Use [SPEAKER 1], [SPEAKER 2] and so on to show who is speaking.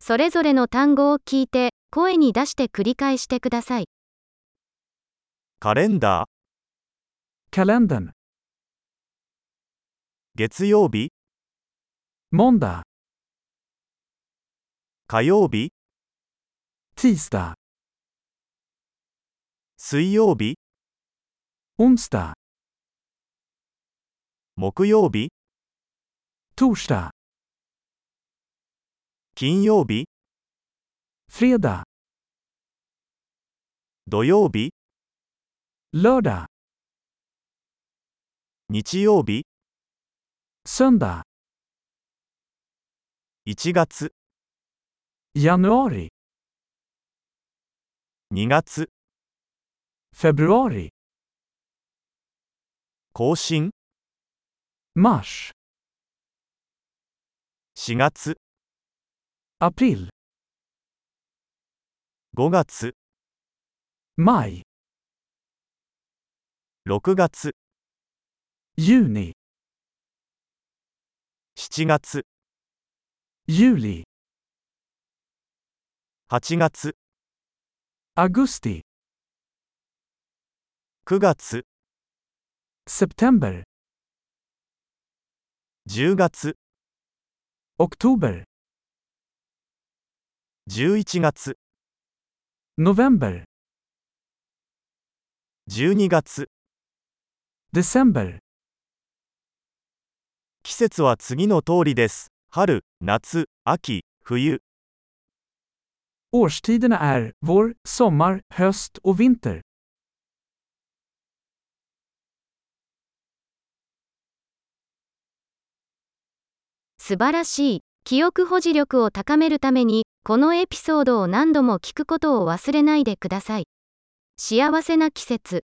[SPEAKER 1] それぞれの単語を聞いて、声に出して繰り返してください。
[SPEAKER 2] カレンダー
[SPEAKER 3] Kalendern,
[SPEAKER 2] 月曜日
[SPEAKER 3] måndag,
[SPEAKER 2] 火曜日
[SPEAKER 3] tisdag,
[SPEAKER 2] 水曜日
[SPEAKER 3] onsdag,
[SPEAKER 2] 木曜日
[SPEAKER 3] torsdag,
[SPEAKER 2] 金曜日
[SPEAKER 3] fredag,
[SPEAKER 2] 土曜日
[SPEAKER 3] lördag,
[SPEAKER 2] 日曜日
[SPEAKER 3] söndag,
[SPEAKER 2] 1月
[SPEAKER 3] januari,
[SPEAKER 2] 2月
[SPEAKER 3] februari,
[SPEAKER 2] 更新
[SPEAKER 3] mars,
[SPEAKER 2] 4月
[SPEAKER 3] april,
[SPEAKER 2] 5月
[SPEAKER 3] maj,
[SPEAKER 2] 6月
[SPEAKER 3] juni,
[SPEAKER 2] 7月
[SPEAKER 3] juli,
[SPEAKER 2] 8月
[SPEAKER 3] augusti,
[SPEAKER 2] 9月
[SPEAKER 3] september,
[SPEAKER 2] 10月
[SPEAKER 3] oktober,
[SPEAKER 2] 11月
[SPEAKER 3] november,
[SPEAKER 2] 12月
[SPEAKER 3] december.
[SPEAKER 2] 季節は次の通りです春夏秋冬
[SPEAKER 3] Årstiderna är vår, sommar, höst och vinter.
[SPEAKER 1] 素晴らしい。記憶保持力を高めるために、このエピソードを何度も聞くことを忘れないでください。幸せな季節。